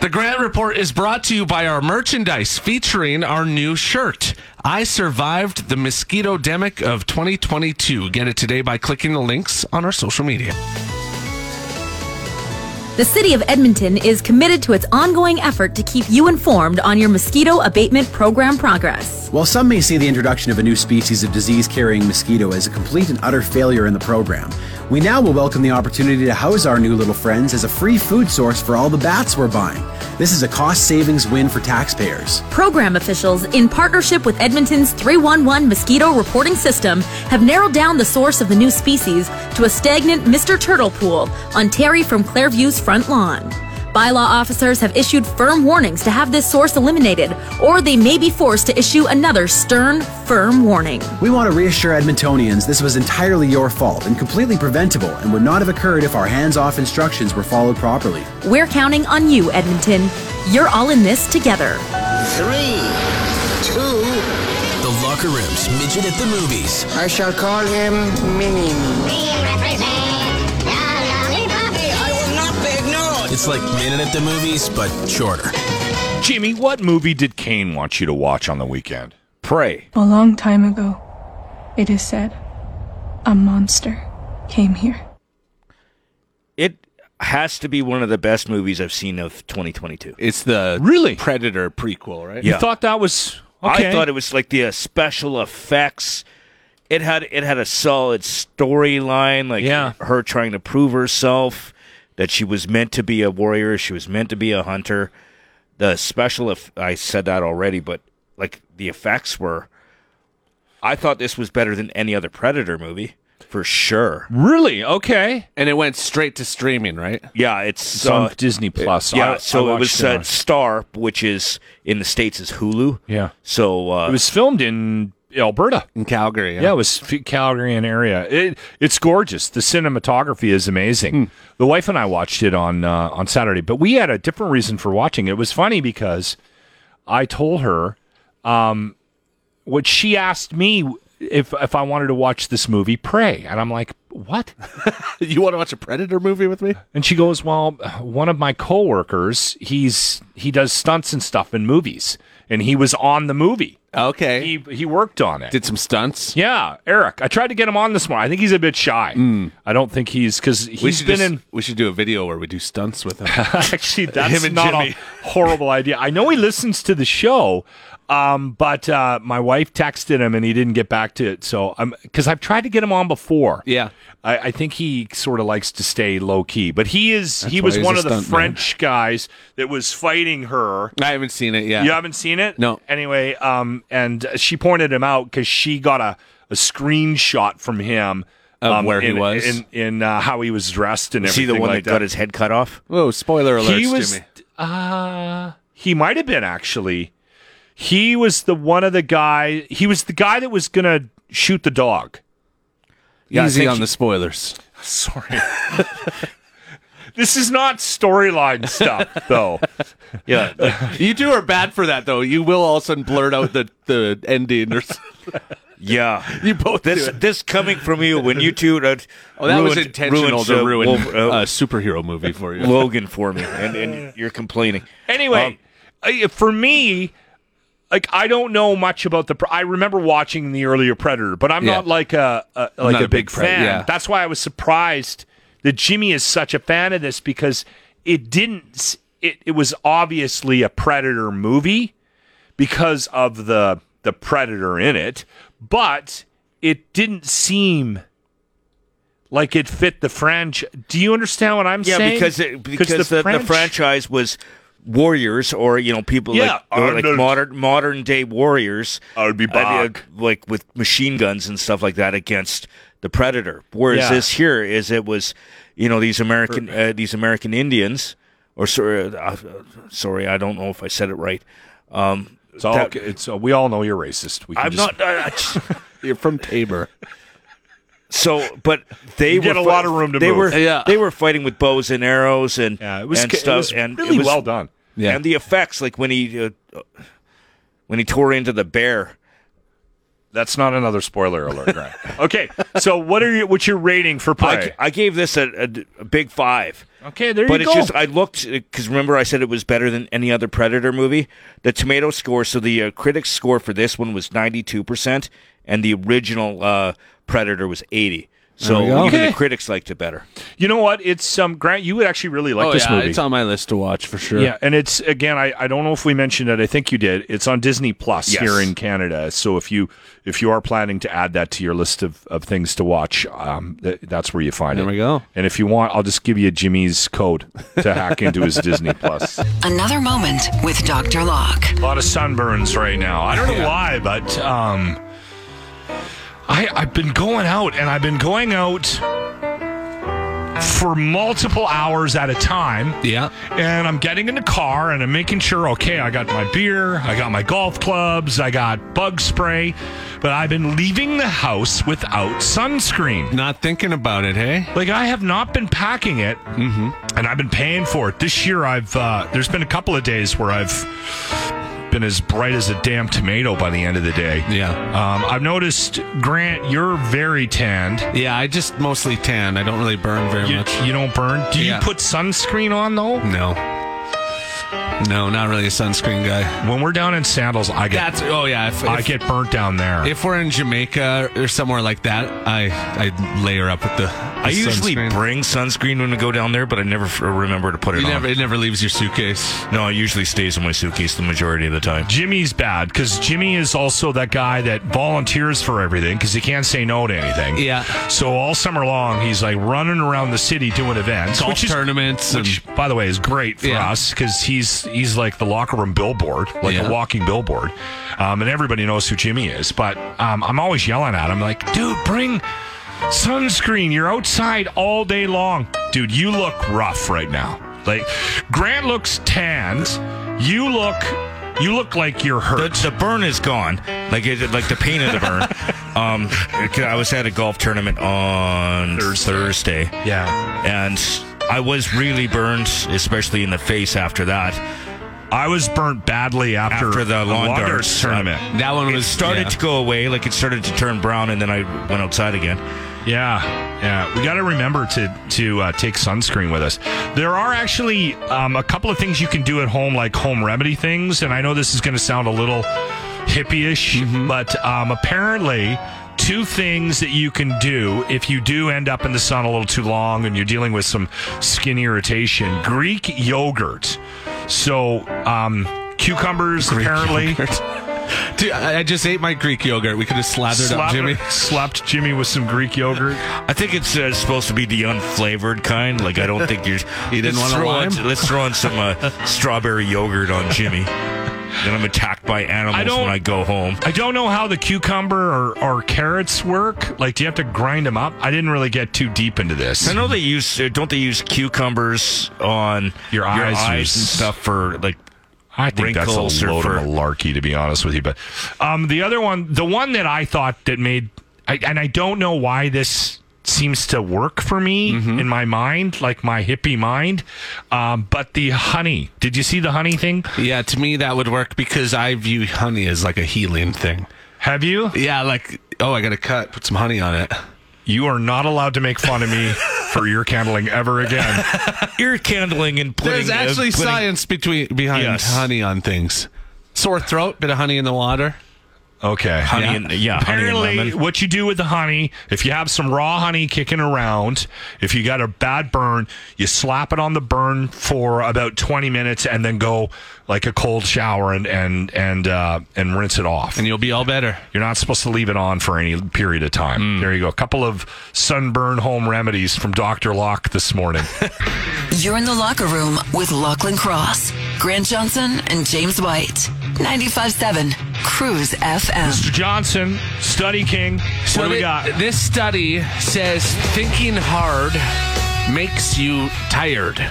E: The Grant Report is brought to you by our merchandise featuring our new shirt. I survived the mosquito demic of 2022. Get it today by clicking the links on our social media.
I: The City of Edmonton is committed to its ongoing effort to keep you informed on your mosquito abatement program progress.
P: While some may see the introduction of a new species of disease carrying mosquito as a complete and utter failure in the program, we now will welcome the opportunity to house our new little friends as a free food source for all the bats we're buying. This is a cost savings win for taxpayers.
I: Program officials, in partnership with Edmonton's 311 mosquito reporting system, have narrowed down the source of the new species to a stagnant Mr. Turtle pool on Terry from Clairview's front lawn. Bylaw officers have issued firm warnings to have this source eliminated, or they may be forced to issue another stern, firm warning.
P: We want to reassure Edmontonians this was entirely your fault and completely preventable and would not have occurred if our hands off instructions were followed properly.
I: We're counting on you, Edmonton. You're all in this together.
A: Three, two.
B: The Locker Room's Midget at the Movies.
A: I shall call him Minion. I will not be ignored.
B: It's like Minute at the Movies, but shorter.
D: Jimmy, what movie <laughs> did Kane want you to watch on the weekend? Pray.
Q: A long time ago, it is said, a monster came here.
J: It has to be one of the best movies I've seen of 2022.
E: It's the really Predator prequel, right?
J: Yeah.
D: You thought that was
J: I
D: okay.
J: thought it was like the uh, special effects. It had it had a solid storyline, like her trying to prove herself that she was meant to be a warrior, she was meant to be a hunter. The special, eff- I said that already, but like the effects were, I thought this was better than any other Predator movie for sure.
D: Really? Okay.
E: And it went straight to streaming, right?
J: Yeah, it's, uh,
D: It's on Disney Plus.
J: yeah,
D: I-
J: so
D: I
J: it was
D: watched it
J: uh,
D: on-
J: Star, which is in the states is Hulu.
D: Yeah.
J: So uh,
D: It was filmed in Alberta,
E: in Calgary.
D: Yeah, it was f- Calgary and area. It, it's gorgeous. The cinematography is amazing. The wife and I watched it on uh, on Saturday, but we had a different reason for watching it. It was funny because I told her um, what she asked me if if I wanted to watch this movie, Prey, and I'm like, what?
E: <laughs> you want to watch a Predator movie with me?
D: And she goes, well, one of my coworkers, he's he does stunts and stuff in movies, and he was on the movie.
E: Okay,
D: he he worked on it.
E: Did some stunts.
D: Yeah, Eric. I tried to get him on this morning. I think he's a bit shy. I don't think he's because
E: Hmm. we
D: he's
E: should
D: been
E: just-
D: in.
E: We should do a video where we do stunts <laughs> with
D: <laughs>
E: him.
D: Actually, that's
E: Him and
D: not
E: Jimmy.
D: a horrible idea. I know he listens to the show, um, but uh, my wife texted him and he didn't get back to it. So I'm because I've tried to get him on before.
E: Yeah,
D: I, I think he sort of likes to stay low key, but he is
E: That's
D: he
E: why
D: was
E: he's
D: one
E: a
D: of the
E: stuntman.
D: French guys that was fighting her.
E: I haven't seen it yet.
D: You haven't seen it?
E: No.
D: Anyway, um, and she pointed him out because she got a, a screenshot from him
E: Of
D: um,
E: where he
D: in-
E: was?
D: in in uh, how he was dressed and
J: Is he
D: everything.
J: the one
D: like
J: that got his head cut off?
E: Whoa, spoiler alert,
D: He was.
E: Jimmy.
D: Uh, he might have been actually. He was the one of the guy. He was the guy that was gonna shoot the
J: <laughs>
D: dog. Yeah, I
E: Easy
D: think
E: on
D: he-
E: the spoilers.
D: Sorry. <laughs> this is not storyline stuff, though.
J: yeah,
E: <laughs> you two are bad for that though. You will all of a sudden blurt out the the ending or. something.
J: Yeah,
E: <laughs> you both.
J: This this coming from you when you two. Uh,
E: <laughs> Oh, that was
J: ruined-
E: intentional
J: ruined,
E: to
J: uh,
E: ruin a
J: Wolf- uh,
E: superhero movie for you.
J: Logan for me, and, and you're complaining.
E: Um,
D: Anyway, I- for me, like I don't know much about the. Pre- I remember watching the earlier Predator, but I'm
E: Yeah.
D: not like a, a
E: I'm
D: like
E: not
D: a,
E: a
D: big,
E: big Pred-
D: fan.
E: yeah.
D: That's why I was surprised that Jimmy is such a fan of this because it didn't. s- It it was obviously a Predator movie because of the the Predator in it, but it didn't seem. Like it fit the franchise. Do you understand what I'm
J: yeah,
D: saying?
J: because it, because the, the franchise was warriors or you know people
B: Yeah,
J: like,
C: uh,
J: or, like
B: Arnold.
J: modern modern day warriors I would be
B: back.
J: like with machine guns and stuff like that against the predator whereas
B: Yeah.
J: this here is it was you know these American uh, these American Indians or sorry uh, uh, sorry I don't know if I said it right um
C: it's all okay. it's uh, we all know you're racist we can
J: I'm
C: just-
J: not uh, <laughs>
G: you're from Tabor
J: so but they
C: You
J: were
C: get a
J: fi-
C: lot of room to
J: they
C: move.
J: were
C: Yeah.
J: they were fighting with bows and arrows and
C: it was
J: and
C: ca- it
J: stuff
C: was
J: and
C: really well done.
J: yeah and the effects like when he uh, when he tore into the bear
C: that's not another spoiler alert right <laughs> okay so what are you what's your rating for
J: I,
C: Prey?
J: g- I gave this a, a- a big five
C: okay there
J: but
C: you
J: it's
C: go
J: just I looked because remember I said it was better than any other Predator movie. The tomato score, so the uh, critics score for this one was ninety two percent, and the original uh, Predator was eighty. So
C: There we go.
J: even
C: Okay.
J: the critics liked it better.
C: you know what it's um grant you would actually really like
G: oh
C: this
G: yeah,
C: movie
G: it's on my list to watch for sure.
C: Yeah, and it's again. I, I don't know if we mentioned it. I think you did. It's on Disney Plus
G: Yes.
C: here in Canada. So if you if you are planning to add that to your list of, of things to watch, um, th- that's where you find it. There we
G: go.
C: And if you want, I'll just give you Jimmy's code to hack into his Disney
G: <laughs>
C: Plus.
A: Another moment with Dr. Locke.
D: A lot of sunburns right now. I don't know
A: Yeah.
D: why, but um, I I've been going out and I've been going out for multiple hours at a time.
E: Yeah.
D: And I'm getting in the car and I'm making sure. Okay, I got my beer, I got my golf clubs, I got bug spray, but I've been leaving the house without sunscreen.
E: Not thinking about it, hey?
D: Like I have not been packing it,
E: Mm-hmm.
D: and I've been paying for it. This year, I've uh, there's been a couple of days where I've been as bright as a damn tomato by the end of the day.
E: Yeah.
D: Um, I've noticed, Grant, you're very tanned.
E: Yeah, I just mostly tan. I don't really burn very
D: You-
E: much.
D: You don't burn? Do you put sunscreen on though?
E: No. No, not really a sunscreen guy.
D: When we're down in sandals, I get
E: That's oh yeah, if,
D: I
E: if-
D: get burnt down there.
E: If we're in Jamaica or somewhere like that, I I layer up with the.
J: I usually bring sunscreen when I go down there, but I never f- remember to put it
E: You
J: on.
E: never- it never leaves your suitcase.
J: No, it usually stays in my suitcase the majority of the time.
D: Jimmy's bad because Jimmy is also that guy that volunteers for everything because he can't say no to anything.
E: Yeah.
D: So all summer long, he's like running around the city doing events,
E: Golf
D: which is,
E: tournaments and-
D: which by the way is great for
E: Yeah.
D: us because he's he's like the locker room billboard, like
E: Yeah.
D: a walking billboard, um, and everybody knows who Jimmy is. But um, I'm always yelling at him like, dude, bring. Sunscreen, you're outside all day long. Dude, you look rough right now. Like Grant looks tanned. You look you look like you're hurt.
J: The, the burn is gone. Like it, like the pain of
E: <laughs>
J: the burn. um, 'cause I was at a golf tournament on Thursday.
D: Yeah,
J: and I was really burned, especially in the face after that.
D: I was burnt badly after,
J: the
D: a
J: lawn,
D: lawn
J: darts,
D: darts tournament.
J: Uh,
E: that one
J: it
E: was-
J: started
E: yeah.
J: to go away. Like it started to turn brown, and then I went outside again.
D: Yeah, yeah. We got to remember to to uh, take sunscreen with us. There are actually um, a couple of things you can do at home, like home remedy things. And I know this is going to sound a little hippie-ish, but um, apparently. Two things that you can do if you do end up in the sun a little too long and you're dealing with some skin irritation Greek yogurt. So, um, cucumbers, apparently.
E: Dude, I I just ate my Greek yogurt. We could have slathered up
D: Slapped-
E: Jimmy.
D: Slapped Jimmy with some Greek yogurt.
J: I think it's uh, supposed to be the unflavored kind. Like I don't think you're.
E: <laughs> You didn't
J: let's
E: want a
J: throw on-
E: lime?
J: Let's throw in some
E: <laughs>
J: uh, strawberry yogurt on Jimmy. Then I'm attacked by
D: I
J: animals
D: don't-
J: when I go home.
D: I don't know how the cucumber or, or carrots work. Like, do you have to grind them up? I didn't really get too deep into this.
J: I know they use uh, don't they use cucumbers on
D: Your eyes or s-
J: and stuff for like
D: I think that's a
J: wrinkles or
D: load
J: for-
D: of malarkey, to be honest with you. But um, the other one, the one that I thought that made, I, and I don't know why this seems to work for me
J: Mm-hmm.
D: in my mind, like my hippie mind, um, but the honey. Did you see the honey thing?
E: Yeah, to me that would work because I view honey as like a healing thing.
D: Have you?
E: Yeah, like oh, I got a cut. Put some honey on it.
D: You are not allowed to make fun of
J: <laughs>
D: me for ear candling ever again.
J: ear candling and putting.
E: There's actually
J: uh, putting-
E: science between behind
J: Yes.
E: honey on things. Sore throat, bit of honey in the water.
D: Okay.
J: Honey and- yeah, honey and
D: Apparently,
J: lemon.
D: what you do with the honey, if you have some raw honey kicking around, if you got a bad burn, you slap it on the burn for about 20 minutes and then go like a cold shower and and and uh, and rinse it off.
E: and you'll be all better.
D: You're not supposed to leave it on for any period of time. There you go. A couple of sunburn home remedies from Dr. Locke this morning.
A: You're in the locker room with Lachlan Cross, Grant Johnson and James White. 95.7 Cruise FM.
D: Mr. Johnson, Study King.
E: So
D: what do we
E: thi-
D: got?
E: This study says thinking hard makes you tired.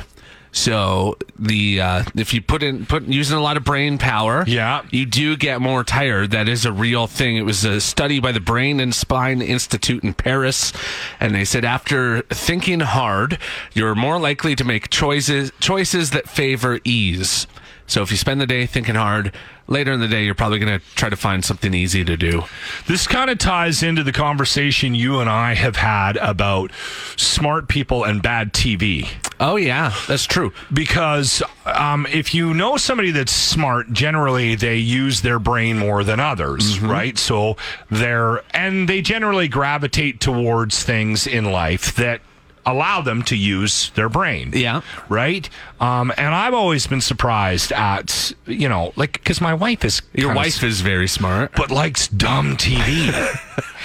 E: So the uh, if you put in put using a lot of brain power, yeah, you do get more tired. That is a real thing. It was a study by the Brain and Spine Institute in Paris, and they said after thinking hard, you're more likely to make choices choices that favor ease. So if you spend the day thinking hard, later in the day you're probably going to try to find something easy to do.
D: This kind of ties into the conversation you and I have had about smart people and bad TV.
E: Oh yeah, that's true.
D: Because um, if you know somebody that's smart, generally they use their brain more than others,
E: Mm-hmm.
D: right? So they're and they generally gravitate towards things in life that allow them to use their brain.
E: Yeah.
D: Right. Um, and I've always been surprised at you know like because my wife is
E: Your
D: kinda
E: wife is very smart,
D: but likes dumb TV.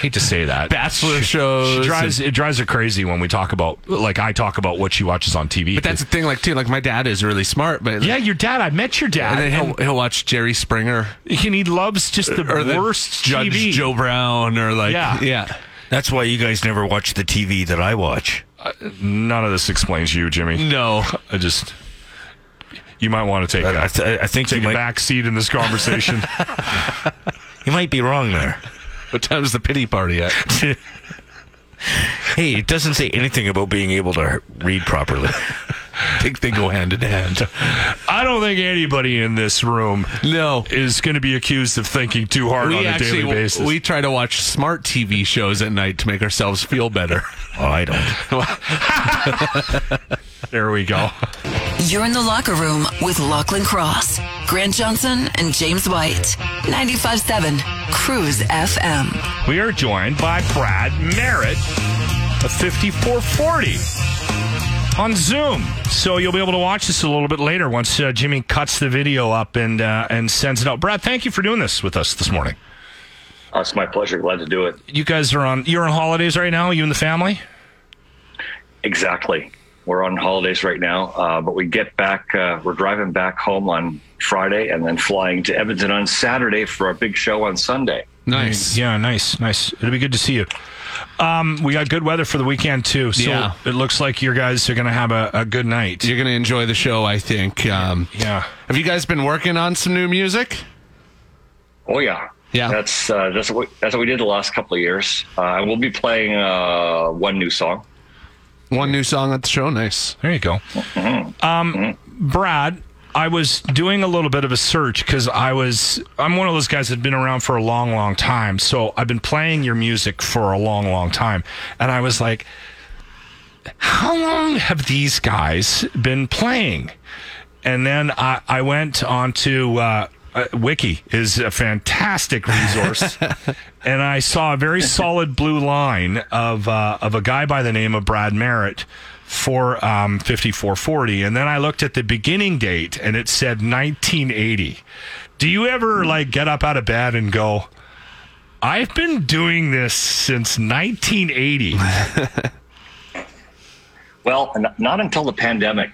D: <laughs> Hate to say that.
E: Bachelor shows.
D: She drives
E: and-
D: it drives her crazy when we talk about like I talk about what she watches on TV.
E: but that's the thing, like too, like my dad is really smart, but
D: yeah, your dad. I met your dad.
E: and then he'll, he'll watch Jerry Springer
D: and he loves just the
E: or the
D: worst
E: Judge
D: TV.
E: Joe Brown or like
D: Yeah.
J: That's why you guys never watch the TV that I watch.
D: None of this explains you, Jimmy.
E: No,
D: I just. You might want to take.
J: I, th- I think
D: Take
J: you
D: a
J: might.
D: back seat in
E: <laughs>
D: this conversation.
J: You might be wrong there.
E: What time's the pity party at?
J: hey, it doesn't say anything about being able to read properly.
E: I think <laughs> they go hand in hand.
D: I don't think anybody in this room
E: no
D: is going to be accused of thinking too hard on a daily basis.
E: we try to watch smart TV shows at night to make ourselves feel <laughs> better.
J: Oh, I don't.
E: <laughs>
D: there we go.
A: You're in the locker room with Lachlan Cross, Grant Johnson, and James White. 95.7 Cruise FM.
D: We are joined by Brad Merritt of 5440 on Zoom. So you'll be able to watch this a little bit later once uh, Jimmy cuts the video up and uh, and sends it out. Brad, thank you for doing this with us this morning.
I: Oh, it's my pleasure. Glad to do it.
D: You guys are on you're on holidays right now, you and the family?
I: Exactly. We're on holidays right now, uh, but we get back. Uh, we're driving back home on Friday, and then flying to Edmonton on Saturday for our big show on Sunday.
E: Nice.
D: Yeah, nice, nice. It'll be good to see you. Um, we got good weather for the weekend too, so
E: Yeah.
D: it looks like your guys are going to have a, a good night.
E: You're gonna enjoy the show, I think. Um,
D: yeah.
E: Have you guys been working on some new music?
I: Oh yeah,
E: yeah.
I: That's uh, that's what we, that's what we did the last couple of years. Uh, we'll be playing uh, one new song.
E: One new song at the show. Nice.
D: There you go. Um, Brad, I was doing a little bit of a search because I was I'm one of those guys that've been around for a long, long time. So I've been playing your music for a long, long time, and I was like, how long have these guys been playing? And then I, I went on to uh, uh, Wiki is a fantastic resource, and I saw a
J: <laughs>
D: very solid blue line of uh, of a guy by the name of Brad Merritt for um, 5440, and then I looked at the beginning date and it said 1980. Do you ever
J: Hmm.
D: like get up out of bed and go? I've been doing this since
J: <laughs>
D: 1980.
I: Well, n- not until the pandemic.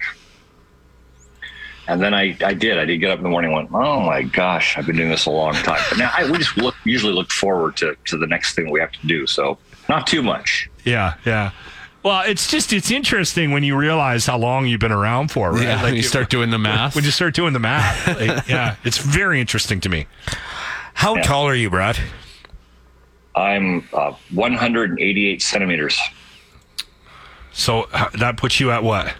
I: And then I, I did. I did get up in the morning and went, oh my gosh, I've been doing this a long time. But now I, we just look, usually look forward to, to the next thing we have to do. So not too much.
D: Yeah, yeah. Well, it's just it's interesting when you realize how long you've been around for, right?
E: Yeah, when <laughs> you start doing the math.
D: When you start doing the math,
J: <laughs>
D: like, yeah, it's very interesting to me.
J: How tall are you, Brad?
I: I'm uh, 188 centimeters,
D: So h- that puts you at what?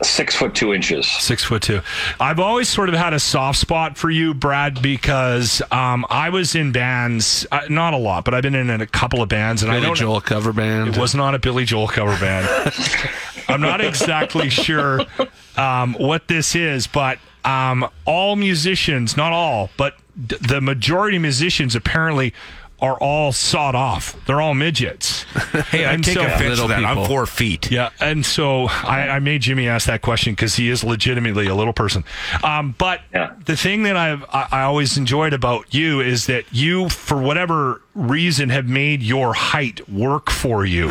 I: six foot two inches.
D: Six foot two. I've always sort of had a soft spot for you, Brad, because um, I was in bands, uh, not a lot, but I've been in a couple of bands, and I
E: Billy
D: don't
E: Joel cover band.
D: It was not a Billy Joel cover band. I'm not exactly sure um, what this is, but um, all musicians, not all, but d- the majority of musicians apparently are all sawed off. They're all midgets.
J: Hey, I
D: And
J: take
D: so-
J: offense to that. I'm four feet.
D: <laughs> Yeah, and so I, I made Jimmy ask that question because he is legitimately a little person. Um, but the thing that I've I, I always enjoyed about you is that you, for whatever reason have made your height work
O: <laughs>
D: for you.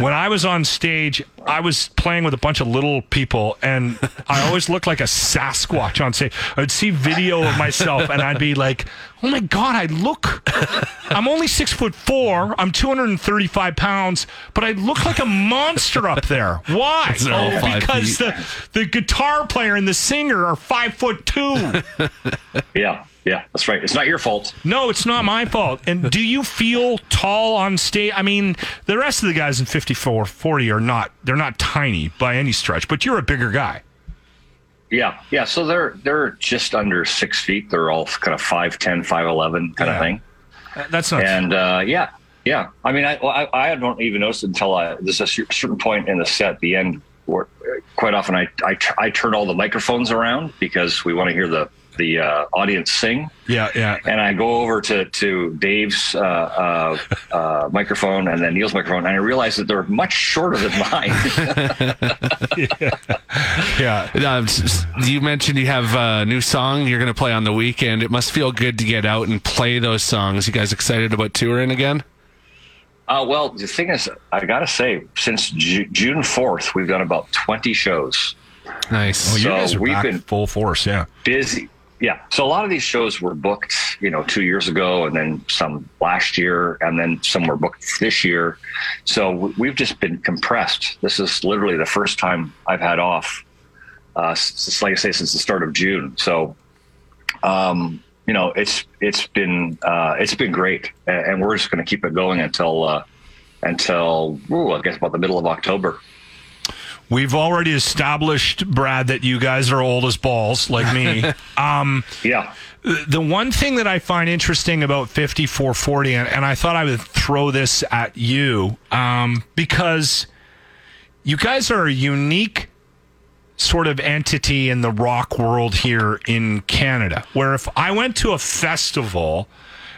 D: when I was on stage, I was playing with a bunch of little people, and I always looked like a Sasquatch on stage. I'd see video of myself, and I'd be like, "Oh my god, I look! I'm only six foot four. I'm 235 pounds, but I look like a monster up there.
O: <laughs>
D: Why? Oh,
O: It's all five
D: because
O: feet.
D: the the guitar player and the singer are five foot two.
I: Yeah, yeah, that's right. It's not your fault.
D: No, it's not my fault. And do you feel tall on stage? I mean, the rest of the guys in 54, 40 are not, they're not tiny by any stretch, but you're a bigger guy.
I: Yeah, yeah. So they're they're just under six feet. They're all kind of 5'10", 5'11", kind
D: Yeah.
I: of thing.
D: Uh, That's not
I: And uh, yeah, yeah. I mean, I, well, I I don't even notice it until I, there's a cer- certain point in the set, the end, where uh, quite often I I, tu- I turn all the microphones around because we want to hear the the uh, audience sing.
D: Yeah, yeah.
I: And I go over to to Dave's uh, uh, uh, microphone and then Neil's microphone, and I realize that they're much shorter than mine.
D: yeah.
E: Uh, you mentioned you have a new song you're going to play on the weekend. It must feel good to get out and play those songs. You guys excited about touring again?
I: Uh, well, the thing is, I gotta say, since Ju- June fourth, we've done about twenty shows.
E: Nice.
D: Well, you
I: So
D: guys are
I: we've
D: back
I: been-
D: full force. Yeah.
I: Busy, yeah. So a lot of these shows were booked, you know, two years ago, and then some last year, and then some were booked this year. So w- we've just been compressed. This is literally the first time I've had off, uh, s- s- like I say, since the start of June. So um, you know, it's it's been uh, it's been great, a- and we're just going to keep it going until uh, until ooh, I guess about the middle of October.
D: We've already established, Brad, that you guys are old as balls, like me. um,
I: yeah.
D: The one thing that I find interesting about 5440, and, and I thought I would throw this at you, um, because you guys are a unique sort of entity in the rock world here in Canada, where if I went to a festival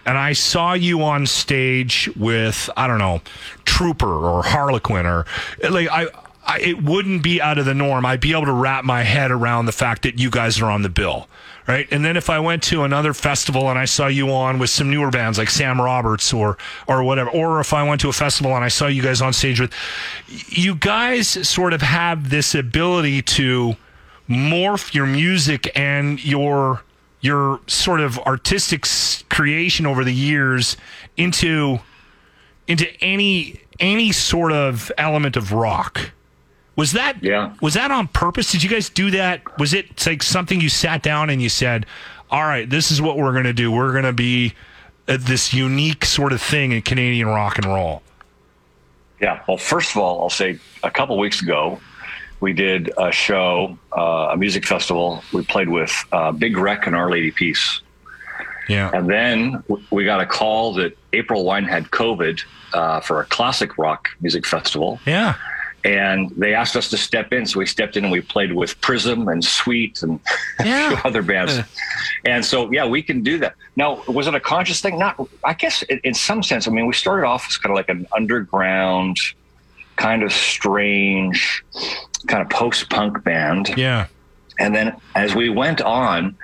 D: and I saw you on stage with, I don't know, Trooper or Harlequin or like, I, I, it wouldn't be out of the norm. I'd be able to wrap my head around the fact that you guys are on the bill. Right. And then if I went to another festival and I saw you on with some newer bands like Sam Roberts or or whatever, or if I went to a festival and I saw you guys on stage with you guys sort of have this ability to morph your music and your your sort of artistic s- creation over the years into into any any sort of element of rock. Was that
I: yeah.
D: was that on purpose? Did you guys do that? Was it like something you sat down and you said, "All right, this is what we're going to do. We're going to be uh, this unique sort of thing in Canadian rock and roll."
I: Yeah. Well, first of all, I'll say a couple weeks ago, we did a show, uh, a music festival. We played with uh, Big Wreck and Our Lady Peace.
D: Yeah.
I: And then w- we got a call that April Wine had COVID uh, for a classic rock music festival.
D: Yeah.
I: And they asked us to step in. So we stepped in and we played with Prism and Sweet and <laughs> a few other bands. and so, yeah, we can do that. Now, was it a conscious thing? Not, I guess, in, in some sense. I mean, we started off as kind of like an underground, kind of strange, kind of post punk band.
D: Yeah.
I: And then as we went on,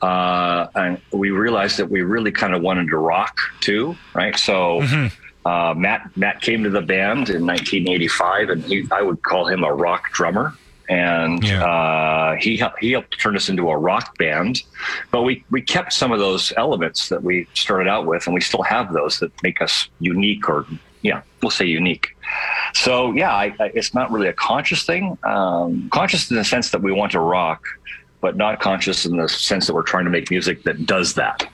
I: uh, and we realized that we really kind of wanted to rock too, right? So uh, Matt Matt came to the band in 1985, and he, I would call him a rock drummer. And uh, he hel- he helped turn us into a rock band, but we we kept some of those elements that we started out with, and we still have those that make us unique, or yeah, we'll say unique. So yeah, I, I, it's not really a conscious thing. Um, conscious in the sense that we want to rock, but not conscious in the sense that we're trying to make music that does that.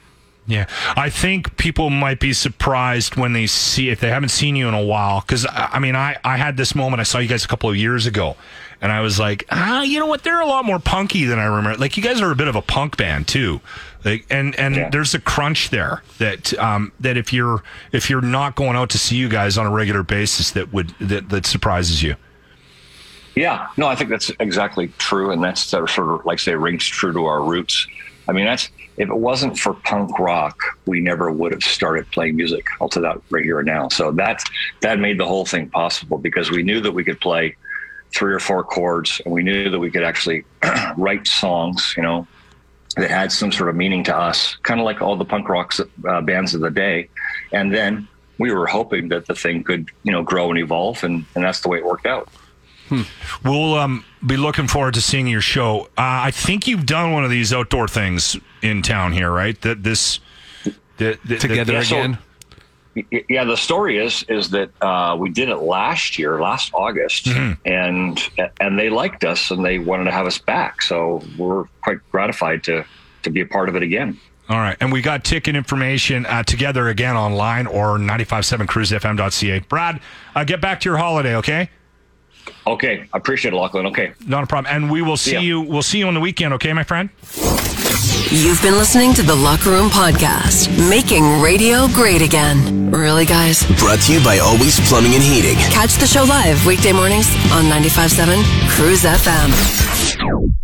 D: Yeah, I think people might be surprised when they see if they haven't seen you in a while. Because I I mean, I I had this moment. I saw you guys a couple of years ago, and I was like, ah, you know what? They're a lot more punky than I remember. Like you guys are a bit of a punk band too. Like and and there's a crunch there that um that if you're if you're not going out to see you guys on a regular basis that would that that surprises you.
I: Yeah, no, I think that's exactly true, and that's sort of, sort of like say rings true to our roots. I mean, that's if it wasn't for punk rock, we never would have started playing music. I'll tell that right here and now. So that that made the whole thing possible because we knew that we could play <clears throat> three or four chords, and we knew that we could actually write songs. You know, that had some sort of meaning to us, kind of like all the punk rock uh, bands of the day. And then we were hoping that the thing could, you know, grow and evolve, and, and that's the way it worked out.
D: We'll um, be looking forward to seeing your show. Uh, I think you've done one of these outdoor things in town here, right? That this that, that-
I: Yeah,
D: that-
I: so- y- yeah, the story is is that uh, we did it last year, last August, and and they liked us and they wanted to have us back. So we're quite gratified to to be a part of it again.
D: All right. And we got ticket information uh, together again online or 957cruisefm.ca. Brad, uh, get back to your holiday, okay?
I: Okay, I appreciate it, Lachlan. Okay.
D: Not a problem. And we will see
I: Yeah.
D: you. We'll see you on the weekend, okay, my friend?
A: You've been listening to the Locker Room Podcast, making radio great again. Really, guys?
B: Brought to you by Always Plumbing and Heating.
A: Catch the show live weekday mornings on 95.7 Cruise FM.